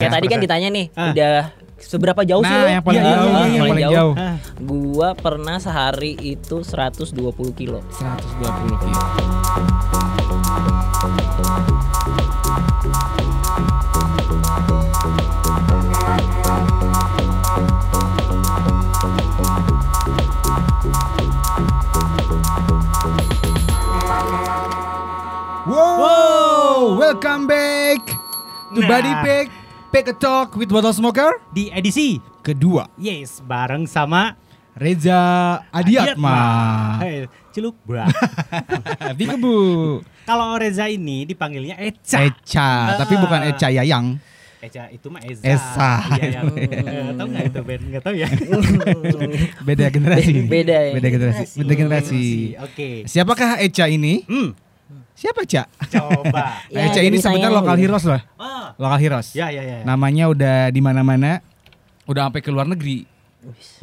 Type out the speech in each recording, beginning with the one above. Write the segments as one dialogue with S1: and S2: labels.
S1: Kayak tadi kan
S2: 100%.
S1: ditanya nih,
S3: Ah.
S1: udah seberapa jauh sih
S2: Nah,
S1: lu?
S2: yang paling
S3: Iya, iya,
S2: jauh,
S3: iya,
S2: yang
S3: iya,
S2: paling
S1: jauh.
S2: jauh.
S3: Ah.
S1: Gua pernah sehari itu 120 kilo.
S2: 120 kilo. Wow, welcome back to
S3: Nah.
S2: Body Pack, Pack a Talk with Bottle Smoker
S3: Di edisi
S2: kedua.
S3: Yes, bareng sama
S2: Reza Adiatma.
S3: Hei, Ciluk bra.
S2: Di kebu.
S3: Kalau Reza ini dipanggilnya Eca.
S2: Eca, tapi bukan Eca Yayang.
S3: Eca itu mah Eza.
S2: Eza.
S3: Iya, yang Eh, tahu nggak itu band? Nggak tahu ya.
S2: Beda generasi.
S1: Beda ya.
S2: Beda generasi. Beda generasi.
S3: Oke.
S2: Siapakah Eca ini?
S3: Hmm,
S2: Siapa Eca?
S3: coba.
S1: Ya,
S2: Eca
S1: jadi
S2: ini sebenarnya
S1: saya-
S2: lokal heroes loh.
S3: Oh,
S2: Lokal heroes.
S3: ya ya ya. Nah,
S2: Namanya udah di mana-mana. Udah sampai ke luar negeri.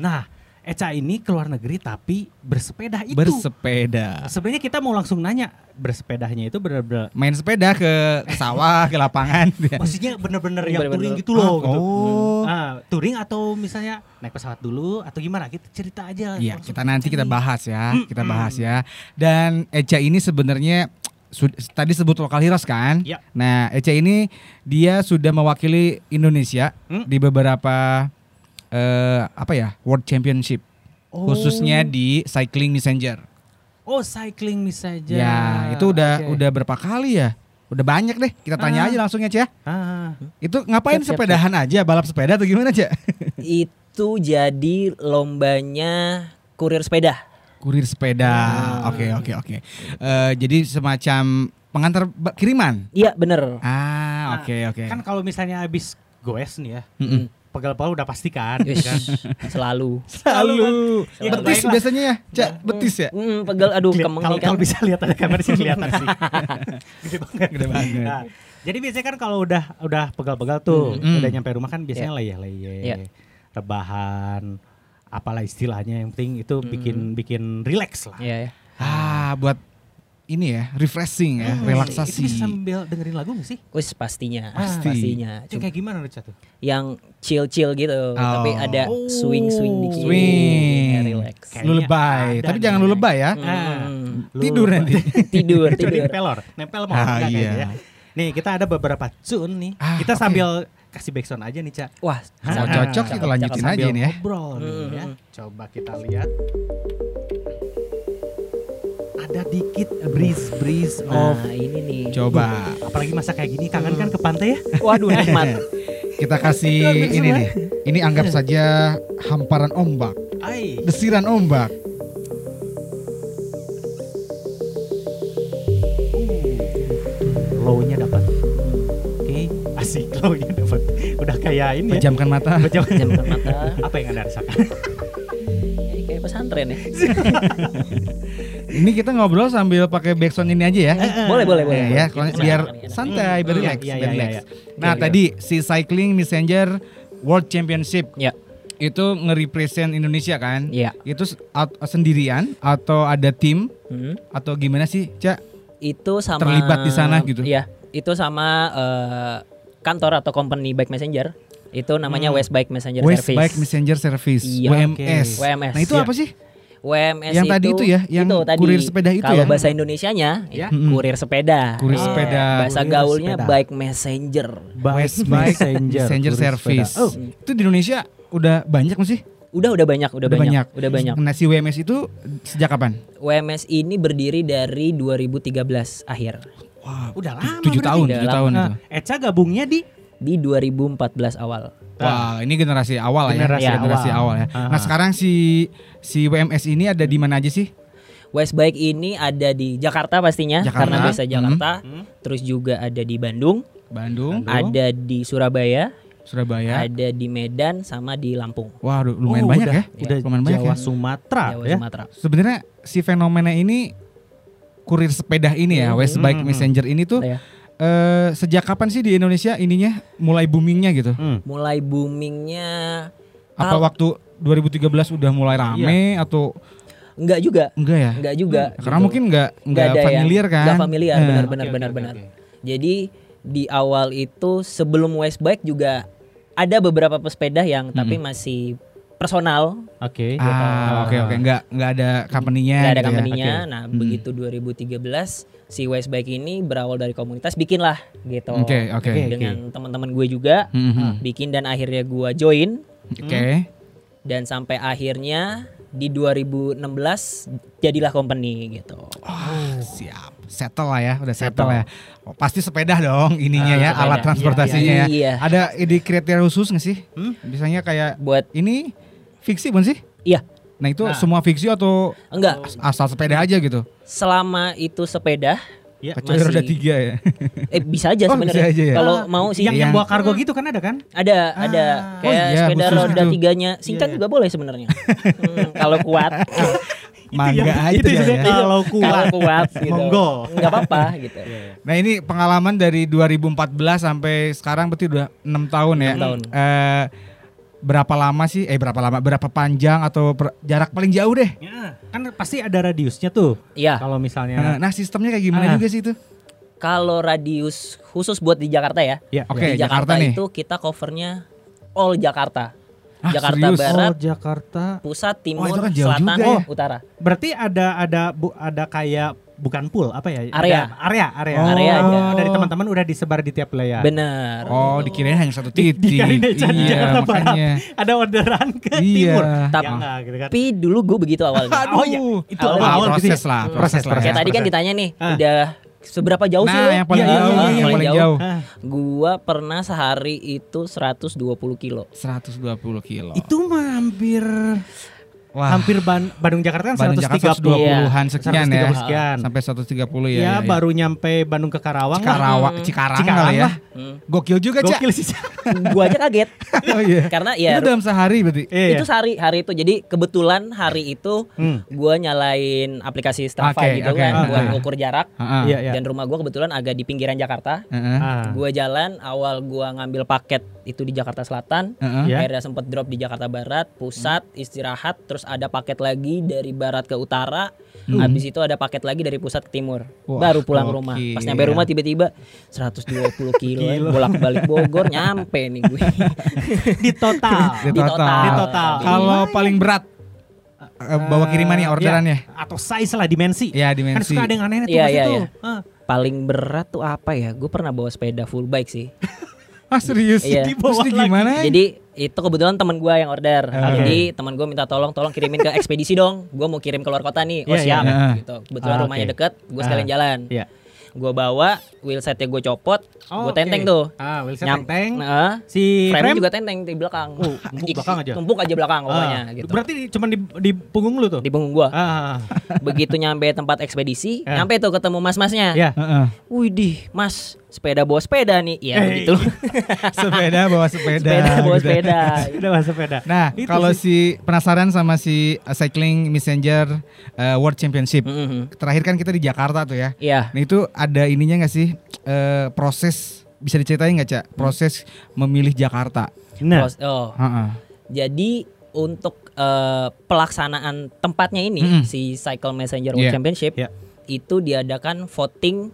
S3: Nah, Eca ini keluar negeri tapi bersepeda itu.
S2: Bersepeda.
S3: Sebenarnya kita mau langsung nanya bersepedanya itu benar-benar
S2: Main sepeda ke sawah, ke lapangan.
S3: maksudnya benar-benar yang
S1: Bener-bener.
S3: touring gitu loh
S2: Ya.
S3: gitu.
S2: Oh.
S3: Ah, touring atau misalnya naik pesawat dulu atau gimana? Kita cerita aja.
S2: Iya,
S3: langsung
S2: kita nanti
S3: Eca
S2: kita
S3: nih.
S2: bahas ya, kita bahas ya. Dan Eca ini sebenarnya su- tadi sebut lokal heroes kan?
S3: Iya.
S2: Nah, Eca ini dia sudah mewakili Indonesia
S3: Hmm.
S2: di beberapa eh apa ya? World Championship.
S3: Oh.
S2: Khususnya di cycling messenger.
S3: Oh, cycling misalnya.
S2: Ya, itu udah
S3: Oke.
S2: udah berapa kali ya? Udah banyak deh. Kita tanya
S3: Ah.
S2: aja langsung ya, Ca.
S3: Ah.
S2: Itu ngapain
S1: Siap, siap,
S2: sepedahan aja, balap sepeda atau gimana, Ca?
S1: itu jadi lombanya kurir sepeda.
S2: Kurir sepeda. Oke, oke, oke. Eh, jadi semacam pengantar ba- kiriman.
S1: Iya, bener.
S2: Ah, oke oke.
S3: Kan kalau misalnya habis goes nih ya,
S2: Mm-mm. Iya.
S3: pegal-pegal udah pasti kan.
S1: Yes,
S3: kan?
S1: selalu.
S2: Selalu. kan?
S3: Ya,
S2: Iya, Betis
S3: baiklah.
S2: biasanya ya, Cak, betis ya.
S1: Hmm, pegel aduh
S3: Keli-
S1: kemeng
S3: kalau
S1: nih kan.
S3: kalau bisa lihat ada kamera sih kelihatan sih. Gede banget.
S2: Gede banget.
S3: Nah, jadi biasanya kan kalau udah udah pegal-pegal tuh,
S2: Mm.
S3: udah nyampe rumah kan biasanya layeh-layeh,
S1: Iya.
S3: rebahan, apalah istilahnya yang penting itu bikin bikin relax lah.
S1: Iya, ya.
S2: Ah, buat ini ya, refreshing ya,
S3: Hmm, Itu
S2: relaksasi.
S3: bisa sambil dengerin lagu gak sih?
S1: Wis pastinya,
S2: Pasti.
S1: pastinya.
S3: Itu
S1: Cuma
S3: kayak gimana Richard tuh?
S1: yang chill-chill gitu, tapi ada
S3: Oh.
S1: swing-swing dikit.
S2: Swing.
S1: Ya, relax.
S3: Kayak-
S2: Lu lebay,
S3: Kayaknya
S2: tapi
S3: ada
S2: jangan
S3: nih.
S2: lu lebay ya.
S1: Hmm.
S3: Lu-
S2: Tidur nanti.
S1: Tidur,
S3: Jadi
S1: tidur.
S3: pelor, nempel mau
S2: Ah,
S3: enggak kayaknya
S2: iya.
S3: ya. Nih, kita ada beberapa tune nih.
S2: Ah,
S3: kita
S2: oke.
S3: sambil kasih backsound aja nih, Cak.
S1: Wah,
S3: Hah?
S2: Kalau
S1: sangat
S2: Ah, cocok
S1: cakep,
S2: kita lanjutin
S1: cakep.
S2: aja
S3: Sambil
S2: ini ya.
S3: Ngobrol nih
S1: Hmm.
S3: ya. Coba kita lihat. Ada dikit breeze breeze of
S1: Nah, ini nih.
S2: Ah, Coba
S3: apalagi masa kayak gini kangen kan ke pantai ya?
S1: Waduh, nikmat.
S2: kita kasih ini nih. Ini anggap saja hamparan ombak,
S3: Ai.
S2: desiran ombak.
S3: Low-nya dapat. Oke, asik low-nya dapat. Udah kayak ini ya.
S2: Pejamkan mata.
S3: Pejam.
S1: Jam mata.
S3: Apa yang Anda rasakan?
S1: Jadi kayak pesantren ya.
S2: Eh, Ini kita ngobrol sambil pakai backsound ini aja ya.
S1: Boleh, boleh, Eh, boleh.
S2: Ya, ya, kalau
S1: Enak,
S2: biar
S1: enak, enak.
S2: santai, biar
S3: Iya,
S2: relax,
S3: iya,
S2: biar
S3: iya,
S2: relax.
S3: iya.
S2: Nah,
S3: Iya,
S2: tadi si Cycling Messenger World Championship
S1: Ya,
S2: itu nge-represent Indonesia kan?
S1: ya.
S2: Itu s- at- sendirian atau ada tim
S1: Hmm.
S2: atau gimana sih, Cak?
S1: Itu sama
S2: Terlibat di sana gitu?
S1: Iya, itu sama eh, kantor atau company bike messenger. Itu namanya West Bike Messenger Iya,
S2: Waste
S1: Service.
S2: Hmm. Bike Messenger Service,
S1: Iya,
S2: WMS.
S1: oke. WMS,
S2: Nah, itu
S1: iya.
S2: apa sih?
S1: WMS
S2: Yang
S1: itu,
S2: tadi itu ya, yang
S1: tadi.
S2: kurir sepeda itu
S1: Kalau
S2: ya? Iya.
S1: bahasa Indonesianya,
S3: Ya.
S1: ya, kurir sepeda.
S2: Kurir
S1: Iya,
S2: sepeda.
S1: Bahasa
S3: Kurir
S1: gaulnya
S3: sepeda.
S1: bike messenger.
S2: Waste Bike Messenger, Service.
S3: Oh,
S2: Itu di Indonesia udah banyak nggak sih?
S1: Udah udah banyak, udah, banyak, udah banyak.
S2: Nah, si WMS itu sejak kapan?
S1: WMS ini berdiri dari 2013 akhir.
S2: Wah,
S3: udah lama
S2: 7 tahun,
S1: Udah
S2: 7
S1: lama.
S2: tahun itu.
S3: Nah, Eca gabungnya di
S1: Di 2014 awal.
S2: Wah, ini generasi awal
S3: Generasi
S2: ya. Generasi
S3: awal.
S2: awal ya. Nah, sekarang si si WMS ini ada di mana aja sih?
S1: West Bike ini ada di Jakarta pastinya
S2: Jakarta.
S1: karena biasa
S2: Hmm.
S1: Jakarta.
S3: Hmm.
S1: Terus juga ada di Bandung,
S2: Bandung, Ya.
S1: ada di Surabaya,
S2: Surabaya.
S1: ada di Medan sama di Lampung.
S2: Wah, lu- lumayan
S3: Oh,
S2: banyak
S3: udah,
S2: ya.
S3: Udah
S2: lumayan banyak
S3: Jawa
S2: ya.
S3: Sumatera
S1: Jawa
S3: ya.
S1: Sumatera.
S2: Sebenarnya si fenomena ini kurir sepeda ini ya, West Bike Messenger ini tuh
S1: Iya.
S2: eh, sejak kapan sih di Indonesia ininya mulai boomingnya gitu?
S3: Hmm.
S1: Mulai boomingnya
S2: Apa
S1: Al-
S2: waktu 2013 udah mulai rame atau
S1: enggak juga,
S2: enggak ya?
S1: enggak juga.
S2: Karena
S1: gitu.
S2: mungkin enggak
S1: Enggak
S2: enggak
S1: ada yang-
S2: familiar kan?
S1: enggak familiar
S2: Eh,
S1: benar benar
S3: Oke, oke,
S1: benar
S3: oke,
S1: benar.
S3: oke.
S1: Jadi di awal itu sebelum Westbike juga ada beberapa pesepeda yang tapi
S2: Hmm.
S1: masih personal,
S3: Oke. gua tahu.
S2: Ah, oke oke enggak enggak ada company-nya.
S1: nggak ada
S2: gitu ya.
S1: company-nya.
S3: Oke.
S1: Nah,
S2: Hmm.
S1: begitu 2013 si Westbike ini berawal dari komunitas bikinlah gitu. Ah.
S2: Oke oke.
S3: Oke.
S1: Dengan teman-teman gue juga
S2: Mhm.
S1: bikin dan akhirnya gue join
S2: Oke.
S1: Hmm. dan sampai akhirnya di 2016 jadilah company gitu.
S2: Wah, siap. Settle lah ya, udah settle, ya. Oh, pasti sepeda dong ininya
S1: Ah,
S2: ya,
S1: sepeda.
S2: alat
S1: Iya,
S2: transportasinya
S1: iya,
S2: ya.
S1: iya.
S2: Ada ide kriteria khusus nggak sih?
S3: Hmm?
S2: Biasanya kayak
S1: Buat
S2: ini fiksi bukan sih?
S1: iya,
S2: Nah itu
S3: Nah.
S2: semua fiksi atau
S1: enggak
S3: Oh.
S2: asal sepeda aja gitu?
S1: selama itu sepeda
S3: Iya.
S2: Kecuali
S1: masih-
S2: roda tiga ya.
S1: eh bisa aja
S2: Oh,
S1: sebenarnya.
S2: bisa aja ya.
S1: Kalau
S3: Ah,
S1: mau sih
S3: Yang yang
S2: Yang-
S3: bawa kargo gitu kan ada kan?
S1: ada
S3: Ah.
S1: ada
S3: Oh,
S1: kayak
S2: iya,
S1: sepeda
S2: khusus
S1: roda
S2: gitu.
S1: tiganya singkat
S3: Iya,
S1: juga boleh sebenarnya Hmm, kalau kuat
S2: Mangga aja
S3: itu
S2: ya.
S3: juga kalau
S1: Iya. kalau
S3: kuat.
S1: kuat gitu.
S3: Monggo.
S1: nggak apa-apa gitu
S2: Nah ini pengalaman dari 2014 sampai sekarang berarti udah 6 tahun ya.
S1: Enam tahun.
S2: Eh, berapa lama sih? Eh berapa lama? Berapa panjang atau per- jarak paling jauh deh?
S3: Ya, kan pasti ada radiusnya tuh.
S1: ya
S3: Kalau
S2: Nah,
S3: misalnya
S2: nah, sistemnya kayak gimana
S3: Ah.
S2: juga sih itu?
S1: kalau radius khusus buat di Jakarta ya
S3: ya
S1: di
S2: Oke,
S1: Jakarta,
S2: Jakarta nih.
S1: itu kita covernya all Jakarta
S2: Ah,
S1: Jakarta
S2: serius?
S1: Barat.
S3: Oh, Jakarta.
S1: pusat timur
S2: itu kan jauh
S1: selatan
S2: juga ya.
S1: utara
S3: Berarti ada ada bu, ada kayak bukan pool apa ya?
S1: Area.
S3: Ada area, area.
S2: Oh.
S1: Area aja.
S3: Dari teman-teman udah disebar di tiap layar.
S1: benar
S2: Ya. Oh, dikirain hanya satu titik. Iya,
S3: dikirain aja di Jakarta Barat.
S2: makanya.
S3: Ada orderan ke
S2: Iya.
S3: timur.
S1: Tapi-
S3: Ya enggak gitu kan.
S1: tapi dulu gue begitu awalnya
S3: Oh, ya.
S2: iya. Aduh.
S3: Itu
S1: Awal-
S3: awal-awal gitu ya?
S2: proses lah, proses lah.
S1: kayak
S2: ya,
S1: tadi kan
S3: proses.
S1: ditanya nih
S3: Ah.
S1: udah seberapa jauh sih
S2: Nah,
S1: lu?
S2: yang paling
S1: Iya, iya,
S2: jauh, yang
S1: paling
S2: paling
S1: jauh.
S2: jauh.
S3: Ah,
S1: Gua pernah sehari itu 120 kilo.
S2: 120 kilo.
S3: itu mah hampir
S2: Wah,
S3: hampir Ban- Bandung Jakarta kan
S2: Bandung Jakarta
S3: 130
S2: 120-an sekian ya.
S3: 130 sekian.
S2: Sampai 130 ya.
S3: Ya,
S2: ya, ya.
S3: baru nyampe Bandung ke Karawang lah.
S2: Cikarawang, Cikarang,
S3: Cikarang
S2: kali ya.
S3: lah.
S1: Hmm.
S2: Gokil juga, Cak.
S3: Gokil sih. Iya, Cak.
S1: Gua aja kaget
S2: oh iya.
S1: karena ya
S2: Itu dalam sehari berarti.
S3: Iya.
S1: itu sehari hari itu. Jadi kebetulan hari itu
S3: Hmm.
S1: gua nyalain aplikasi Strava
S2: Oke,
S1: gitu
S2: oke.
S1: kan buat
S2: Ah.
S1: ukur jarak.
S2: Heeh.
S3: Iya, iya.
S1: Dan rumah gua kebetulan agak di pinggiran Jakarta.
S2: Heeh.
S3: Ah.
S1: Gua jalan awal gua ngambil paket itu di Jakarta Selatan.
S2: Heeh.
S3: Iya.
S1: Akhirnya sempet drop di Jakarta Barat, pusat,
S2: Hmm.
S1: istirahat, terus ada paket lagi dari barat ke utara, habis itu ada paket lagi dari pusat ke timur.
S2: Hmm. Wah,
S1: baru pulang
S2: gokil.
S1: rumah. Pas nyampe rumah tiba-tiba 120 kilo,
S3: Kilo.
S1: bolak-balik Bogor nyampe nih gue.
S3: di total.
S2: Di total.
S3: Di ya? total.
S2: Kalau paling berat eh, bawa kiriman ya orderannya.
S3: Ya, atau size lah dimensi.
S2: Ya,
S3: Kan
S2: dimensi.
S3: suka ada yang aneh tuh
S1: Iya,
S3: pasti
S1: iya,
S3: tuh.
S1: iya.
S3: Ah,
S1: Paling berat tuh apa ya? Gue pernah bawa sepeda full bike sih.
S2: Ah serius?
S1: Iya.
S2: Terus
S3: Dibawa
S2: itu gimana?
S3: Eh.
S1: Jadi itu kebetulan teman gue yang order. Jadi teman gue minta tolong, tolong kirimin ke ekspedisi dong. Gue mau kirim keluar kota nih. Oh
S3: Iya,
S1: siap.
S2: iya.
S1: Gitu. Kebetulan
S3: Ah,
S1: rumahnya
S3: oke.
S1: deket, gue
S3: Ah,
S1: sekalian jalan.
S3: Iya.
S1: Gue bawa wheelsetnya gue copot,
S3: Oh,
S1: gue tenteng
S3: oke.
S1: tuh.
S3: Ah, Wilson
S1: Nyam-
S3: tenteng.
S1: Heeh.
S3: Si
S1: frame,
S3: frame,
S1: juga tenteng di belakang.
S3: Oh, tumpuk
S1: Di-
S3: belakang aja.
S1: Tumpuk aja belakang pokoknya
S3: Ah,
S1: gitu.
S3: Berarti di- cuman di, di punggung lu tuh.
S1: Di punggung gua.
S3: Ah,
S1: Begitu nyampe tempat ekspedisi,
S3: Ah.
S1: nyampe tuh ketemu mas-masnya.
S3: ya.
S2: Heeh.
S1: Widih, Mas, sepeda bawa sepeda nih. Iya,
S3: Eh,
S1: begitu.
S2: sepeda bawa sepeda.
S1: sepeda bawa
S2: gitu.
S1: sepeda.
S3: Udah masuk sepeda.
S2: Nah,
S3: Itu
S2: kalau
S3: sih.
S2: si penasaran sama si uh, cycling messenger uh, world championship,
S1: Mhm.
S2: terakhir kan kita di Jakarta tuh ya.
S1: Iya.
S2: Nah itu ada ininya nggak sih eh, proses bisa diceritain nggak cak proses memilih Jakarta?
S3: Nah,
S1: Pros- Oh,
S2: Heeh.
S1: jadi untuk eh, pelaksanaan tempatnya ini
S2: Mhm.
S1: si Cycle Messenger World
S2: Iya.
S1: Championship
S3: Iya.
S1: itu diadakan voting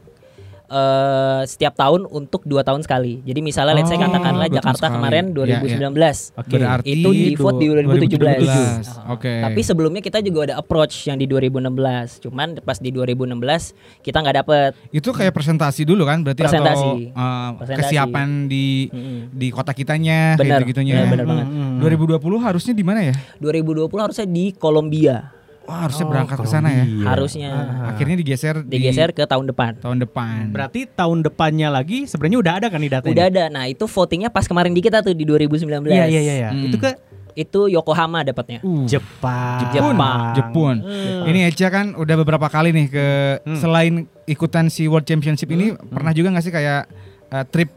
S1: eh, setiap tahun untuk dua tahun sekali. Jadi misalnya let's say
S2: Oh,
S1: katakanlah
S2: dua tahun
S1: Jakarta
S2: sekali.
S1: kemarin
S2: Iya,
S1: 2019.
S3: Oke.
S2: Berarti
S1: itu di vote di
S2: du-
S1: 2017.
S2: 2017.
S1: Ah.
S2: Oke.
S1: Tapi sebelumnya kita juga ada approach yang di 2016. Cuman pas di 2016 kita nggak dapet.
S2: itu kayak presentasi dulu kan berarti
S1: Presentasi.
S2: atau eh,
S1: Presentasi.
S2: kesiapan di
S1: Mm-mm.
S2: di kota kitanya
S1: Benar.
S2: kayak gitunya.
S1: Iya, benar banget.
S3: Hmm.
S2: 2020 harusnya di mana ya?
S1: 2020 harusnya di Kolombia.
S2: Wah, harusnya
S3: Oh,
S2: berangkat ke
S3: kalau
S2: sana ya.
S3: iya.
S1: Harusnya
S2: Akhirnya digeser di-
S1: digeser ke tahun depan.
S2: tahun depan.
S3: Berarti tahun depannya lagi sebenarnya udah ada kan nih datanya.
S1: Udah ada. Nah, itu votingnya pas kemarin di kita tuh di 2019.
S3: Iya iya iya. iya.
S2: Hmm.
S3: Itu ke
S1: Itu Yokohama dapatnya.
S2: Uh,
S3: Jepang.
S1: Jepun.
S2: Jepun.
S1: Eh.
S2: Ini Echa kan udah beberapa kali nih ke
S1: Hmm.
S2: selain ikutan si World Championship ini pernah juga nggak sih kayak eh, trip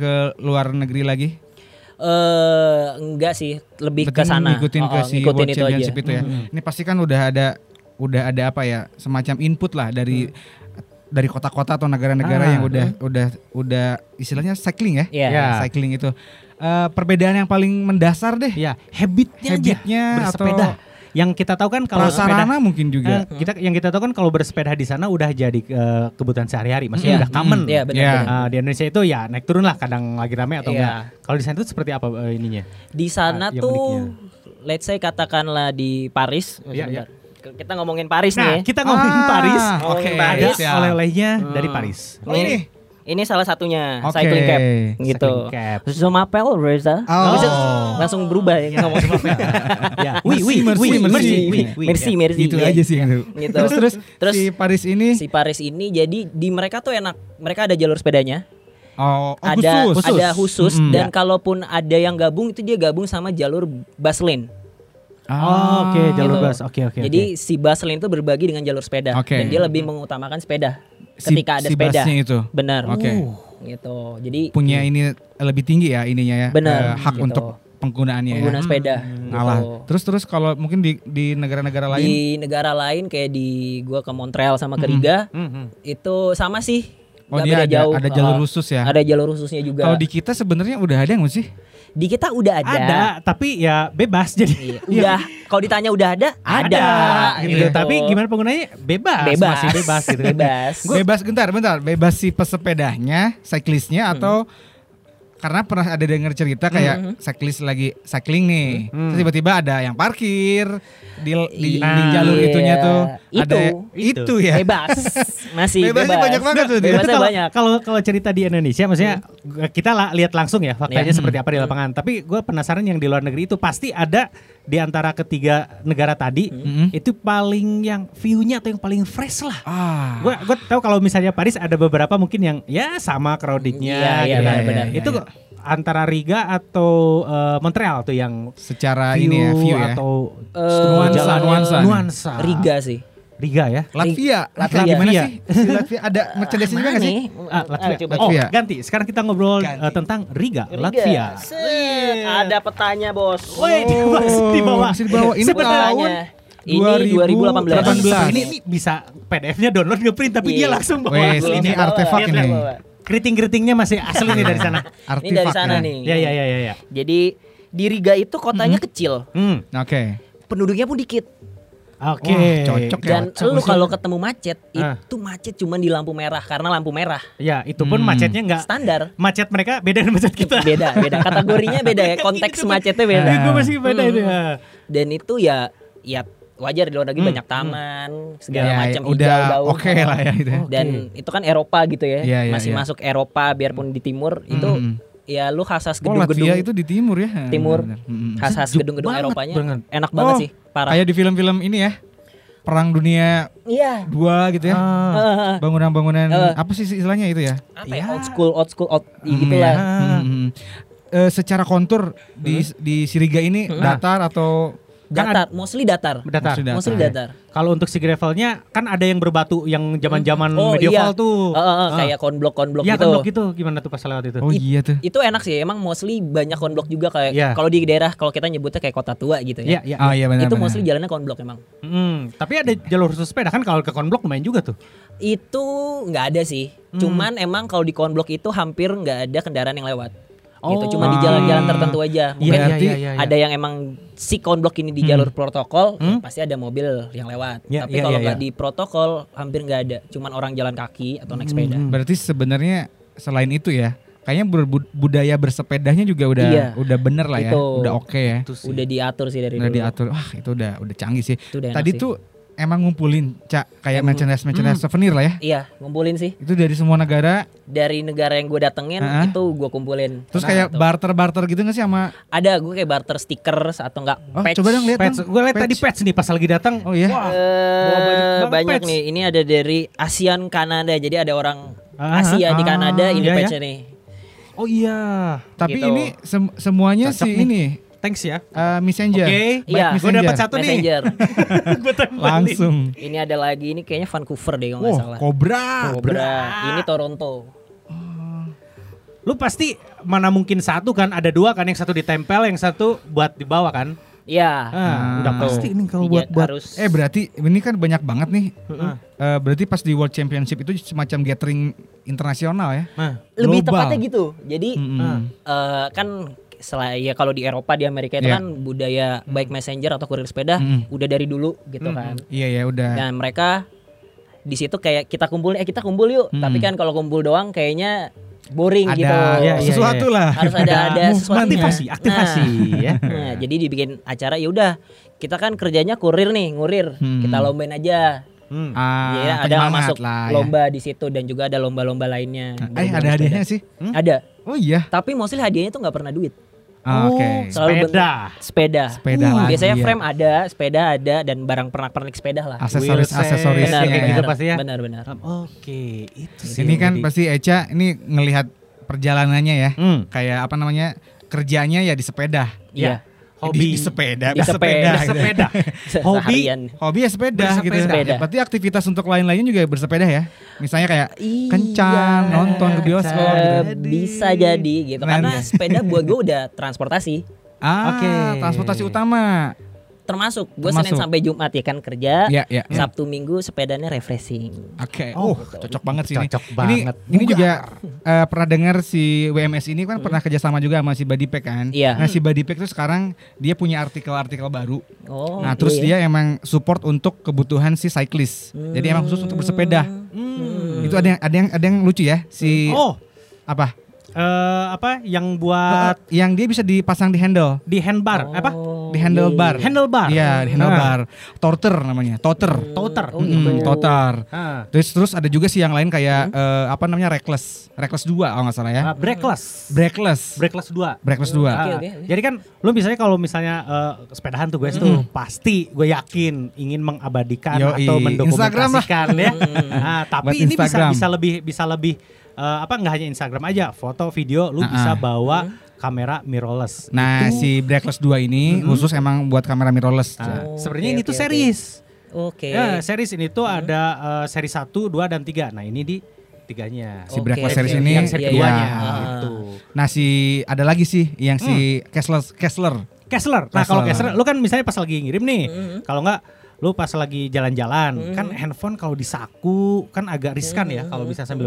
S1: Hmm.
S2: ke luar negeri lagi?
S1: Eh enggak sih, lebih ke
S2: Berarti
S1: sana.
S2: Ngikutin
S1: Oh,
S2: ke
S1: oh,
S2: si
S1: ngikutin
S2: World
S1: itu aja. Hmm.
S2: Championship itu ya. Ini pasti kan udah ada udah ada apa ya semacam input lah dari
S1: Hmm.
S2: dari kota-kota atau negara-negara
S3: Ah,
S2: yang udah udah udah istilahnya cycling ya.
S1: Iya.
S3: Ya.
S2: Cycling itu Eh, perbedaan yang paling mendasar deh.
S3: Ya habitnya aja
S2: Habitnya atau
S3: bersepeda. yang kita tahu kan kalau sepeda
S2: Prasarana mungkin
S3: Eh,
S2: juga.
S3: kita yang kita tahu kan kalau bersepeda di sana udah jadi eh, kebutuhan sehari-hari, maksudnya
S1: Iya.
S3: udah common.
S1: Iya benar.
S2: Iya.
S1: benar.
S3: Eh, di Indonesia itu ya naik turun lah kadang lagi rame atau
S1: Iya.
S3: enggak. Kalau di sana itu seperti apa eh, ininya?
S1: Di sana
S3: Ah, yang
S1: tuh let's say katakanlah di Paris. Oh,
S3: Iya,
S1: sebentar. Ke- Kita ngomongin Paris
S3: Nah,
S1: nih. ya.
S3: kita ngomongin
S2: Ah,
S3: Paris.
S1: Ngomongin
S2: Oke,
S1: Paris. Hmm.
S3: Ada
S2: siap.
S3: oleh-olehnya dari Paris.
S2: Oh, ini.
S1: Ini salah satunya
S2: Oke.
S1: cycling cap gitu.
S3: Cycling cap.
S1: Zomapel Reza.
S2: Oh.
S1: Bisa Langsung berubah ya ngomong Zomapel.
S3: ya, wih, wih,
S2: Merci,
S3: wih,
S2: merci.
S3: merci, wih, wih.
S1: Nah, iya.
S3: Iya.
S1: Merci, merci.
S2: Itu
S1: ya.
S2: aja sih kan. tuh.
S1: Gitu.
S2: Terus terus
S1: Terus-
S2: si Paris ini
S1: Si Paris ini jadi di mereka tuh enak. Mereka ada jalur sepedanya.
S2: oh, oh,
S1: ada
S2: khusus. Hmm. Ya.
S1: ada khusus
S2: Mm-mm.
S1: dan kalaupun ada yang gabung itu dia gabung sama jalur bus lane.
S3: Oh, oke, jalur
S1: Gitu.
S3: bus. Oke, oke.
S1: Jadi si bus lane itu berbagi dengan jalur sepeda
S2: Oke.
S1: dan dia lebih mengutamakan sepeda
S2: Si-
S1: ketika ada
S2: si
S1: sepeda.
S2: busnya itu.
S1: Benar.
S2: Oke.
S1: Gitu. Jadi
S2: punya ini lebih tinggi ya ininya ya
S1: Benar,
S2: eh, hak
S1: gitu.
S2: untuk penggunaannya ya.
S1: pengguna sepeda.
S2: Hmm,
S1: gitu.
S2: Ngalah. Terus terus kalau mungkin di di negara-negara
S1: Di
S2: lain Hmm.
S1: negara lain kayak di gua ke Montreal sama ke Riga itu sama sih.
S2: oh
S1: nggak
S2: dia
S1: beda
S2: ada ada
S1: Uh,
S2: jalur khusus ya.
S1: Ada jalur khususnya juga.
S2: Kalau di kita sebenarnya udah ada nggak sih?
S1: Di kita udah ada.
S3: ada, tapi ya bebas jadi.
S1: Iya, udah. Kalau ditanya udah ada, ada.
S3: gitu. Tapi gimana penggunanya? Bebas,
S1: Bebas.
S3: masih bebas gitu. kan.
S1: Bebas.
S2: Bebas bentar bentar, bebas si pesepedanya,
S1: Hmm.
S2: siklisnya atau karena pernah ada denger cerita kayak
S1: hmm.
S2: siklis lagi cycling nih,
S3: Hmm.
S2: terus tiba-tiba ada yang parkir di di, di
S1: Iya.
S2: jalur itunya tuh.
S1: Itu.
S2: Ada
S3: Itu.
S2: itu ya.
S1: bebas masih
S2: Bebasnya
S1: bebas.
S2: banyak banget tuh.
S3: Itu
S1: bebasnya
S3: kalau-
S1: banyak
S3: Kalau kalau cerita di Indonesia, maksudnya kita la- lihat langsung ya faktanya
S1: Iya.
S3: seperti apa di lapangan. Tapi gue penasaran yang di luar negeri itu pasti ada di antara ketiga negara tadi
S1: Hmm.
S2: Mm-mm.
S3: itu paling yang view-nya atau yang paling fresh lah.
S2: Ah.
S3: Gue gue tahu kalau misalnya Paris ada beberapa mungkin yang ya
S1: Iya,
S3: sama crowdednya
S1: iya,
S3: gitu.
S1: benar, benar.
S3: itu antara Riga atau eh, Montreal tuh yang
S2: secara ini ya, view ya.
S3: atau
S1: Eh,
S2: Nuansa,
S3: jalan-
S2: nuansa.
S3: nuansa.
S1: Riga sih
S3: Riga ya.
S2: Latvia,
S1: Latvia.
S2: gimana
S3: Latvia.
S2: sih? Si Latvia ada merchandise juga nggak sih?
S3: Ah, Latvia.
S1: eh, coba.
S3: Oh,
S2: Latvia.
S3: ganti. Sekarang kita ngobrol
S2: Ganti.
S3: eh, tentang Riga,
S1: Riga.
S3: Latvia.
S1: Set, ada petanya bos
S3: Woi, di bawah, di bawah.
S2: Oh, Masih di bawah. Ini
S1: Sebenarnya.
S2: tahun
S1: ini 2018
S2: 2018.
S3: Ini, ini bisa PDF-nya download ngeprint tapi dia
S1: Iya.
S3: langsung bawa.
S2: Wes,
S1: Belum
S2: ini
S1: dibawa.
S2: artefak
S1: Belum
S2: ini.
S1: dibawa.
S3: Keriting-keritingnya masih asli nih dari sana.
S2: Artefak.
S1: ini dari sana
S2: ya.
S1: nih
S3: Ya ya ya ya ya.
S1: jadi di Riga itu kotanya kecil
S3: Hmm.
S2: Oke.
S1: penduduknya pun dikit
S3: Oke.
S2: Wah, cocok. Oke,
S1: dan
S2: cocok.
S1: lu kalau ketemu macet
S3: Ah.
S1: itu macet cuman di lampu merah karena lampu merah
S3: Ya, itu pun
S2: Hmm.
S3: macetnya enggak
S1: standar
S3: macet mereka beda dengan macet kita.
S1: beda beda kategorinya beda ya konteks macetnya beda
S2: Iya.
S3: gue masih beda itu ya.
S2: Hmm.
S1: dan itu ya ya wajar di luar negeri banyak taman segala
S2: Ya,
S1: macam
S2: ya, udah
S1: hijau Oh, daun
S2: oke lah ya gitu. ya.
S1: dan itu kan Eropa gitu ya
S2: Iya, iya,
S1: masih
S2: iya.
S1: masuk Eropa biarpun di timur itu
S2: Mm.
S1: ya lu khasas
S2: Oh, Latvia
S1: gedung-gedung
S2: itu di timur ya.
S1: timur
S2: Benar, benar. Mm-mm.
S1: khasas
S3: Sejuk
S1: gedung-gedung
S3: banget,
S1: Eropanya
S3: banget.
S1: enak banget
S2: Oh,
S1: sih parah
S2: Kayak di film-film ini ya. Perang Dunia
S1: iya
S2: dua gitu ya.
S3: Ah.
S1: Heeh.
S2: Bangunan-bangunan
S1: Eh.
S2: apa sih istilahnya itu ya?
S1: apa ya old school old school old gitu
S2: Mm, ya.
S1: lah Hmm.
S2: Mm-mm. Eh, secara kontur di di Siriga ini datar atau
S1: datar mostly datar
S3: Datar.
S2: Maksudnya-
S1: mostly datar
S3: Kalau untuk si gravelnya kan ada yang berbatu yang
S2: Kan
S3: zaman-zaman
S1: Oh, iya.
S3: medieval tuh.
S1: Heeh, heeh,
S2: Ah.
S1: kayak konblok konblok
S2: Iya,
S3: ya,
S1: gitu
S3: kan blok itu gimana tuh pas lewat itu?
S2: Oh
S1: It-
S2: iya tuh.
S1: itu enak sih emang mostly banyak konblok juga kayak
S3: Iya.
S1: kalau di daerah kalau kita nyebutnya kayak kota tua gitu ya
S3: Iya, iya.
S2: Ah iya benar.
S1: itu
S2: benar.
S1: mostly jalannya konblok emang
S3: Hmm, tapi ada jalur khusus sepeda kan kalau ke konblok lumayan juga tuh.
S1: itu nggak ada sih
S3: Hmm.
S1: cuman emang kalau di konblok itu hampir nggak ada kendaraan yang lewat gitu cuma di
S2: Ah.
S1: jalan-jalan tertentu aja mungkin
S2: Iya, iya,
S3: Oh. iya, iya.
S1: ada yang emang si konblok ini di jalur protokol ya pasti ada mobil yang lewat
S3: Hmm? Iya,
S1: tapi
S3: iya,
S1: kalau
S3: iya,
S1: nggak
S3: iya.
S1: di protokol hampir nggak ada cuman orang jalan kaki atau naik sepeda
S3: Hmm,
S2: Berarti sebenarnya selain itu ya, kayaknya ber- budaya bersepedanya juga udah
S1: Iya.
S2: udah bener lah ya,
S1: Itu.
S2: udah oke ya.
S3: Itu sih.
S1: udah diatur sih dari
S2: Udah
S1: dulu
S2: diatur. Wah, itu udah udah canggih sih.
S1: Itu udah enak
S2: Tadi
S1: sih.
S2: tuh emang ngumpulin Cak kayak merchandise merchandise souvenir lah ya.
S1: iya ngumpulin sih
S2: Itu dari semua negara.
S1: dari negara yang gue datengin
S2: Heeh.
S1: itu gue kumpulin
S2: Terus
S1: Nah,
S2: kayak
S1: itu.
S2: barter-barter gitu gak sih sama
S1: ada gue kayak barter stiker atau enggak
S2: Oh, coba dong lihat
S3: Pets,
S2: dong.
S3: gue liat
S2: Pets.
S3: tadi pets nih pas lagi datang.
S2: Oh iya.
S3: Wah, bawa banyak
S1: Eh,
S3: banget
S1: banyak
S3: patch.
S1: nih. Ini ada dari ASEAN Kanada. Jadi ada orang
S3: Ah,
S1: Asia di
S3: ah,
S1: Kanada ini
S3: iya,
S1: patch-nya nih.
S3: Oh iya.
S2: Tapi
S1: gitu.
S2: ini sem- semuanya
S3: Cocok
S2: sih
S3: nih.
S2: ini
S3: Thanks ya.
S2: eh, messenger.
S3: Oke.
S2: Baik
S1: Iya, gua
S3: Gue
S2: messenger.
S3: dapat satu nih.
S1: Messenger.
S3: Gua tempelin.
S2: Langsung.
S1: ini ada lagi ini kayaknya Vancouver deh kalau
S2: Wah,
S1: nggak salah.
S2: kobra.
S3: ah,
S1: Cobra. Ini Toronto.
S3: Lu pasti mana mungkin satu kan ada dua kan yang satu ditempel yang satu buat dibawa kan?
S1: Iya.
S3: Ah, udah
S1: Tuh.
S3: pasti ini kalau
S1: Iya,
S3: buat buat.
S1: harus
S2: Eh berarti ini kan banyak banget nih.
S3: Heeh.
S2: Eh, berarti pas di World Championship itu semacam gathering internasional ya.
S3: Nah,
S1: lebih
S2: global.
S1: tepatnya gitu. Jadi
S2: Mm-mm.
S1: eh, kan selain ya kalau di Eropa di Amerika itu
S2: Iya.
S1: kan budaya bike messenger atau kurir sepeda
S2: Hmm.
S1: udah dari dulu gitu kan.
S2: Iya ya udah.
S1: Dan mereka di situ kayak kita kumpul eh kita kumpul yuk. Tapi kan kalau kumpul doang kayaknya boring
S2: Hmm. ada
S1: gitu.
S3: Iya, iya,
S2: sesuatu
S3: iya.
S2: lah.
S1: Harus ada ada
S2: Hmm.
S1: sesuatu.
S3: Aktivasi, aktivasi ya.
S1: Nah, jadi dibikin acara ya udah kita kan kerjanya kurir nih, ngurir.
S2: Hmm.
S1: Kita lombain aja.
S3: Hmm.
S2: Ah,
S1: ya, ada
S2: penyemangat
S1: masuk
S2: lah, ya.
S1: lomba di situ dan juga ada lomba-lomba lainnya.
S2: Eh ada hadiahnya sih.
S1: Ada.
S2: Oh iya.
S1: Tapi mostly hadiahnya tuh nggak pernah duit.
S2: Ah,
S3: Oh,
S2: Oke.
S1: Selalu ben-
S3: Sepeda.
S1: Sepeda.
S2: Sepeda
S1: Uh,
S2: lagi
S1: Biasanya
S2: ya.
S1: frame ada, sepeda ada dan barang pernak-pernik sepeda lah.
S2: Aksesoris
S3: Wheelset,
S2: aksesorisnya.
S3: kayak
S2: ya.
S3: gitu pasti ya.
S1: Benar benar.
S3: Um, Oke, itu sih.
S2: Ini kan
S3: Jadi-
S2: pasti Eca ini ngelihat perjalanannya ya.
S3: Hmm.
S2: Kayak apa namanya? Kerjanya ya di sepeda.
S1: Iya.
S2: Di,
S3: Hobi
S2: di sepeda,
S1: Di sepeda.
S2: gitu.
S3: sepeda. Hobi
S1: Seharian.
S2: Hobi ya sepeda gitu.
S1: Bersepeda.
S2: Ya, berarti aktivitas untuk lain-lainnya juga bersepeda ya. Misalnya kayak
S1: Iya.
S2: kencan, nonton ke bioskop gitu.
S1: Eh, bisa jadi gitu
S2: Keren
S1: karena
S2: ya.
S1: sepeda buat gue udah transportasi
S2: Ah,
S3: Oke.
S2: transportasi utama.
S1: termasuk gue senin
S2: Termasuk.
S1: sampai jumat ya kan kerja
S2: Ya, ya.
S1: sabtu minggu sepedanya refreshing
S2: Oke. Oh,
S3: Oh,
S2: cocok banget sih ini.
S3: cocok
S2: ini.
S3: banget.
S2: Ini juga eh, pernah dengar si WMS ini kan
S3: Hmm.
S2: pernah kerjasama juga sama si Badipek kan.
S1: Iya.
S2: Nah si Badipek tuh sekarang dia punya artikel-artikel baru.
S1: oh
S2: nah terus
S1: iya ya.
S2: dia emang support untuk kebutuhan si cyclist. Jadi emang khusus untuk bersepeda.
S1: Hmm.
S2: Itu ada yang ada yang ada yang lucu ya si
S3: Oh,
S2: apa? Eh,
S3: eh, apa yang buat
S2: Yang dia bisa dipasang di handle,
S3: di handbar apa?
S1: Oh,
S2: di handlebar.
S3: Handlebar.
S2: Iya, di
S3: Ah.
S2: handlebar. Torter namanya, toter.
S3: Toter.
S1: Oh, gitu. Hmm.
S2: Mm, toter.
S3: Ah,
S2: Terus terus ada juga sih yang lain kayak eh, apa namanya reckless, reckless 2 kalau nggak salah ya.
S3: ah, Breakless.
S2: Breakless,
S3: Breakless 2.
S2: breakless 2.
S1: Oke, oke,
S3: Ah,
S1: oke.
S3: Jadi kan lu misalnya kalau misalnya eh, sepedahan tuh
S2: Hmm.
S3: guys tuh pasti gue yakin ingin mengabadikan
S2: Yoi.
S3: atau
S2: Instagram lah. Hmm.
S3: mendokumentasikan ya. Ah,
S2: Buat
S3: tapi ini
S2: Instagram.
S3: bisa bisa lebih bisa lebih eh, apa nggak hanya Instagram aja, foto, video lu
S2: Ah,
S3: bisa
S2: ah.
S3: bawa kamera mirrorless.
S2: Nah, si Breakless 2 ini khusus emang buat kamera mirrorless.
S3: Nah,
S1: Oh,
S3: sebenarnya
S1: oke,
S3: ini tuh
S1: oke, oke.
S3: series.
S1: iya. oke
S3: Ya, series ini tuh
S2: Hmm.
S3: ada eh, seri 1, 2 dan 3. Nah, ini di tiganya.
S2: Si
S1: Oke, oke,
S2: Breakfast Oh, series
S1: oke.
S2: ini,
S3: yang seri
S2: iya,
S3: keduanya
S2: iya.
S3: gitu.
S2: Nah, si ada lagi sih yang si
S1: Mm.
S2: Kessler Kessler.
S3: Kessler.
S2: Kessler.
S3: Nah,
S2: Mm-hmm.
S3: kalau Kessler lu kan misalnya pas lagi ngirim nih. Kalau enggak lu pas lagi jalan-jalan, kan handphone kalau di saku kan agak riskan ya kalau bisa sambil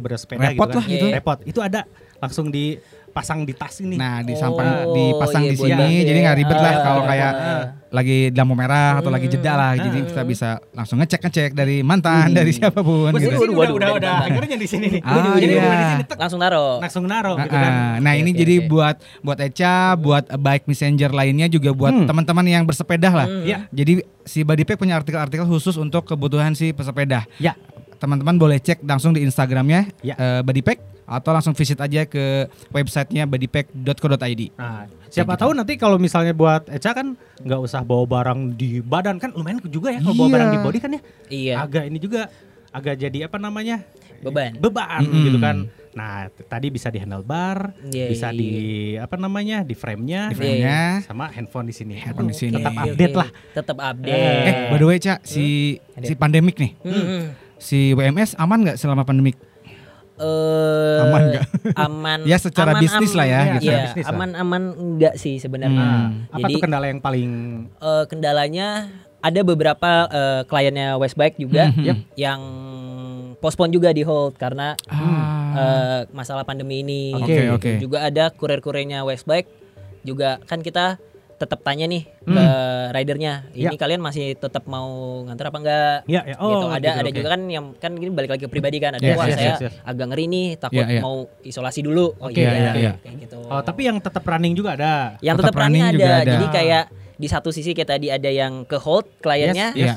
S2: Mm-hmm.
S3: bersepeda
S2: Repot
S3: gitu kan.
S2: lah gitu.
S1: Iya.
S3: Repot. Itu ada langsung dipasang di tas ini.
S2: Nah, di
S1: Oh,
S2: dipasang
S1: iya,
S2: di
S1: buat
S2: sini
S1: bantu
S2: jadi
S1: ya.
S2: nggak ribet lah
S1: Ah,
S2: kalau
S1: iya,
S2: kayak
S1: iya. Ah,
S2: lagi di lampu merah atau lagi jeda lah. Jadi kita bisa langsung ngecek-ngecek dari mantan,
S1: Hmm.
S2: dari siapapun
S3: Gua
S2: gitu.
S3: sini
S1: Waduh,
S3: udah udah
S1: waduh,
S3: udah
S1: waduh.
S3: akhirnya di sini nih.
S2: Ah,
S3: Jadi
S2: iya.
S3: udah di sini tek,
S1: langsung taruh
S3: langsung naro
S2: Nah,
S3: gitu kan.
S2: ah, nah
S1: Oke,
S2: ini
S1: oke,
S2: jadi
S1: oke.
S2: buat buat Eca, buat bike messenger lainnya juga buat
S1: Hmm.
S2: teman-teman yang bersepeda lah.
S3: Iya.
S2: Jadi si Bodypack punya artikel-artikel khusus untuk kebutuhan si pesepeda.
S3: Ya.
S2: Teman-teman boleh cek langsung di Instagramnya
S3: Ya.
S2: eh, Bodypack atau langsung visit aja ke websitenya bodypack.co.id.
S3: Nah,
S2: gitu.
S3: siapa tahu nanti kalau misalnya buat Eca kan nggak usah bawa barang di badan kan lumayan juga ya kalau bawa
S2: Iya.
S3: barang di body kan ya.
S1: Iya.
S3: Agak ini juga agak jadi apa namanya?
S1: Beban.
S3: Beban gitu kan. Nah, t- tadi bisa di handlebar,
S1: Iya,
S3: bisa
S1: iya,
S3: di apa namanya? di frame-nya,
S2: Di frame-nya.
S3: sama handphone di sini.
S2: Handphone di
S3: Aduh,
S2: sini.
S3: Tetap
S1: Oke,
S3: update
S1: oke.
S3: lah.
S1: Iya, tetap update Hmm,
S3: Eh,
S2: Eh, by the way, Ca, si si pandemik nih.
S1: Mm-mm.
S2: Si WMS aman nggak selama pandemik?
S1: eh
S2: Aman nggak?
S1: aman
S2: Ya, secara bisnis lah ya,
S1: iya,
S3: gitu. Secara
S1: iya,
S3: bisnis lah.
S1: aman aman enggak sih
S3: Nah,
S1: sebenarnya
S2: Hmm.
S3: apa
S1: jadi
S3: tuh kendala yang paling
S1: eh, kendalanya ada beberapa eh, kliennya Westbike juga
S3: Hmm.
S2: Mhm.
S1: yang postpone juga di hold karena
S3: Ah.
S1: eh, gitu masalah pandemi ini
S2: Ah, Oke, oke.
S1: juga ada kurir-kurirnya Westbike juga kan kita tetap tanya nih ke ridernya ini
S3: Hmm. Ya.
S1: kalian masih tetap mau nganter apa enggak
S3: Ya, ya.
S1: gitu
S3: Oh,
S1: ada
S3: gitu,
S1: ada
S3: oke.
S1: juga kan yang kan gini balik lagi ke pribadi kan ada
S2: Yes,
S1: wah
S3: yes,
S1: saya
S3: yes, yes.
S1: agak ngeri nih takut
S2: Iya, iya.
S1: mau isolasi dulu oh
S3: Oke,
S1: iya,
S2: iya, iya.
S1: kayak gitu
S3: Oh, tapi yang tetap running juga ada.
S1: yang
S2: tetap
S1: tetap running, ada.
S2: running juga ada.
S1: jadi kayak di satu sisi kayak tadi ada yang ke hold kliennya
S2: yes. Iya.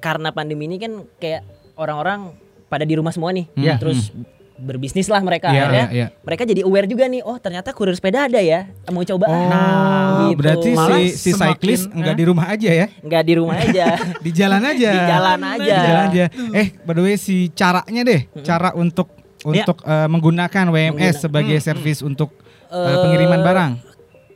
S1: karena pandemi ini kan kayak orang-orang pada di rumah semua nih
S2: Iya.
S1: terus berbisnis lah mereka
S2: Iya,
S1: akhirnya
S2: iya, iya.
S1: mereka jadi aware juga nih oh ternyata kurir sepeda ada ya mau coba ah.
S2: Oh,
S1: gitu.
S2: berarti
S3: Malah
S2: si si
S3: semakin,
S2: cyclist
S3: eh?
S2: nggak di rumah aja ya?
S1: nggak di rumah aja
S2: Di jalan aja.
S1: Di jalan aja.
S2: Di jalan aja. Eh, by the way si caranya deh, cara untuk untuk eh, menggunakan WMS
S1: Menggunakan.
S2: sebagai servis untuk eh, pengiriman barang.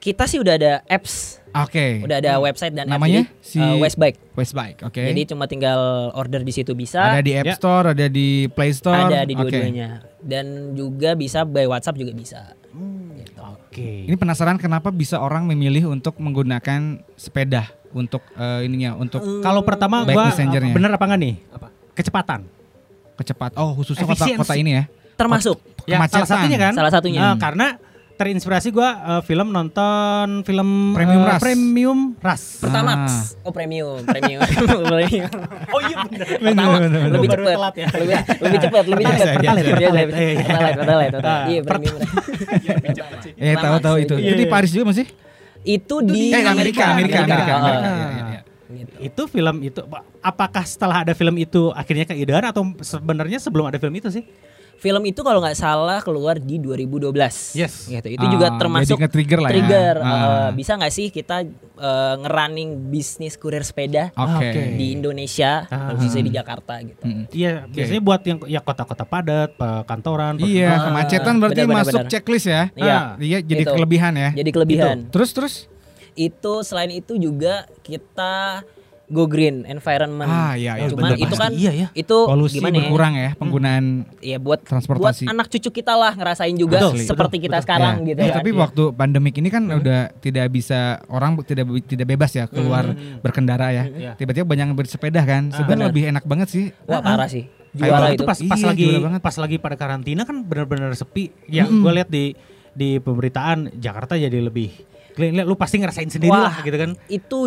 S1: kita sih udah ada apps
S2: Oke.
S1: udah ada website dan
S2: Namanya
S1: app jadi,
S2: si-
S1: eh, Westbike
S2: Westbike, oke.
S1: Jadi cuma tinggal order di situ bisa.
S2: Ada di App
S3: Ya.
S2: Store, ada di Play Store.
S1: ada di
S2: Oke.
S1: dua-duanya. Dan juga bisa by WhatsApp juga bisa. Gitu.
S3: Oke.
S2: Iya. Ini penasaran kenapa bisa orang memilih untuk menggunakan sepeda untuk eh, ininya untuk
S3: Kalau pertama
S2: Baik
S3: gua
S2: messengernya.
S3: bener apa enggak nih? Kecepatan.
S2: kecepat. Oh, khususnya kota-kota
S3: Efisiensi.
S2: ini ya.
S1: Termasuk
S3: Ya, salah
S2: Kemacetan.
S3: satunya kan?
S1: Salah satunya.
S3: Nah, karena terinspirasi gua eh, film nonton film
S2: Premium
S3: eh,
S2: Rush.
S3: Premium Rush.
S1: Pertamax.
S2: Ah.
S1: Oh premium, premium. premium.
S3: Oh iya benar.
S1: Pertamax.
S2: bener, bener.
S1: Lebih
S3: Baru
S1: cepat.
S3: telat ya.
S1: Lebih lebih cepat, lebih
S3: Pertamax
S1: cepat.
S3: ya, Pertalite,
S1: Iya,
S3: Pertalite.
S1: lebih-
S3: Iya, iya.
S1: Pertalite, Pertalite, Pertalite.
S3: Ah,
S1: Iya, premium.
S2: Eh
S1: Pertamax
S2: tahu-tahu itu.
S1: itu.
S2: Itu di Paris juga masih?
S1: Itu di
S2: Eh Amerika, Amerika, Amerika,
S1: Oh,
S2: Amerika.
S1: oh.
S2: Iya, iya, iya.
S1: Gitu.
S3: Itu film itu apakah setelah ada film itu akhirnya keidean atau sebenarnya sebelum ada film itu sih?
S1: Film itu kalau nggak salah keluar di 2012.
S3: Yes.
S1: Gitu. Itu juga
S2: Ah,
S1: termasuk
S2: jadi nge-trigger lah ya.
S1: trigger.
S2: Ah.
S1: Eh, bisa nggak sih kita eh, ngerunning bisnis kurir sepeda
S2: Oke.
S3: Oke.
S1: di Indonesia,
S3: Ah.
S1: khususnya di Jakarta gitu.
S2: Mm.
S3: Iya, biasanya buat yang ya kota-kota padat, kantoran,
S2: Iya,
S1: Ah,
S2: kemacetan berarti
S1: benar, benar,
S2: masuk
S1: benar.
S2: checklist ya.
S1: Iya.
S2: Ah, Iya, jadi
S1: Itu.
S2: kelebihan ya.
S1: Jadi kelebihan.
S2: Itu. Terus terus.
S1: itu selain itu juga kita go green environment.
S2: Ah, iya, iya,
S1: Cuman
S2: bener,
S1: itu
S2: pasti.
S1: kan
S3: Iya, iya.
S1: itu
S2: Polusi
S1: gimana ya?
S2: berkurang ya penggunaan.
S1: Ya buat
S2: Transportasi.
S1: buat anak cucu kita lah ngerasain juga
S3: Betul,
S1: seperti
S3: betul,
S1: kita
S3: betul.
S1: sekarang
S2: Ya.
S1: gitu Hmm.
S2: Eh,
S1: kan.
S2: tapi waktu pandemik ini kan udah tidak bisa orang be- tidak be- tidak bebas ya keluar
S1: Hmm.
S2: berkendara ya.
S3: Iya.
S2: Tiba-tiba banyak yang bersepeda kan.
S1: Ah, Benar.
S2: Sebenarnya lebih enak banget sih.
S1: Wah, parah sih.
S2: Kayak
S1: Juara
S2: waktu
S1: itu.
S3: pas pas
S2: Iya,
S3: lagi
S2: juara banget.
S3: pas lagi pada karantina kan benar-benar sepi. Ya, gue lihat di di pemberitaan Jakarta jadi lebih Lihat, lu pasti ngerasain sendiri
S1: Wah.
S3: lah gitu kan.
S1: Itu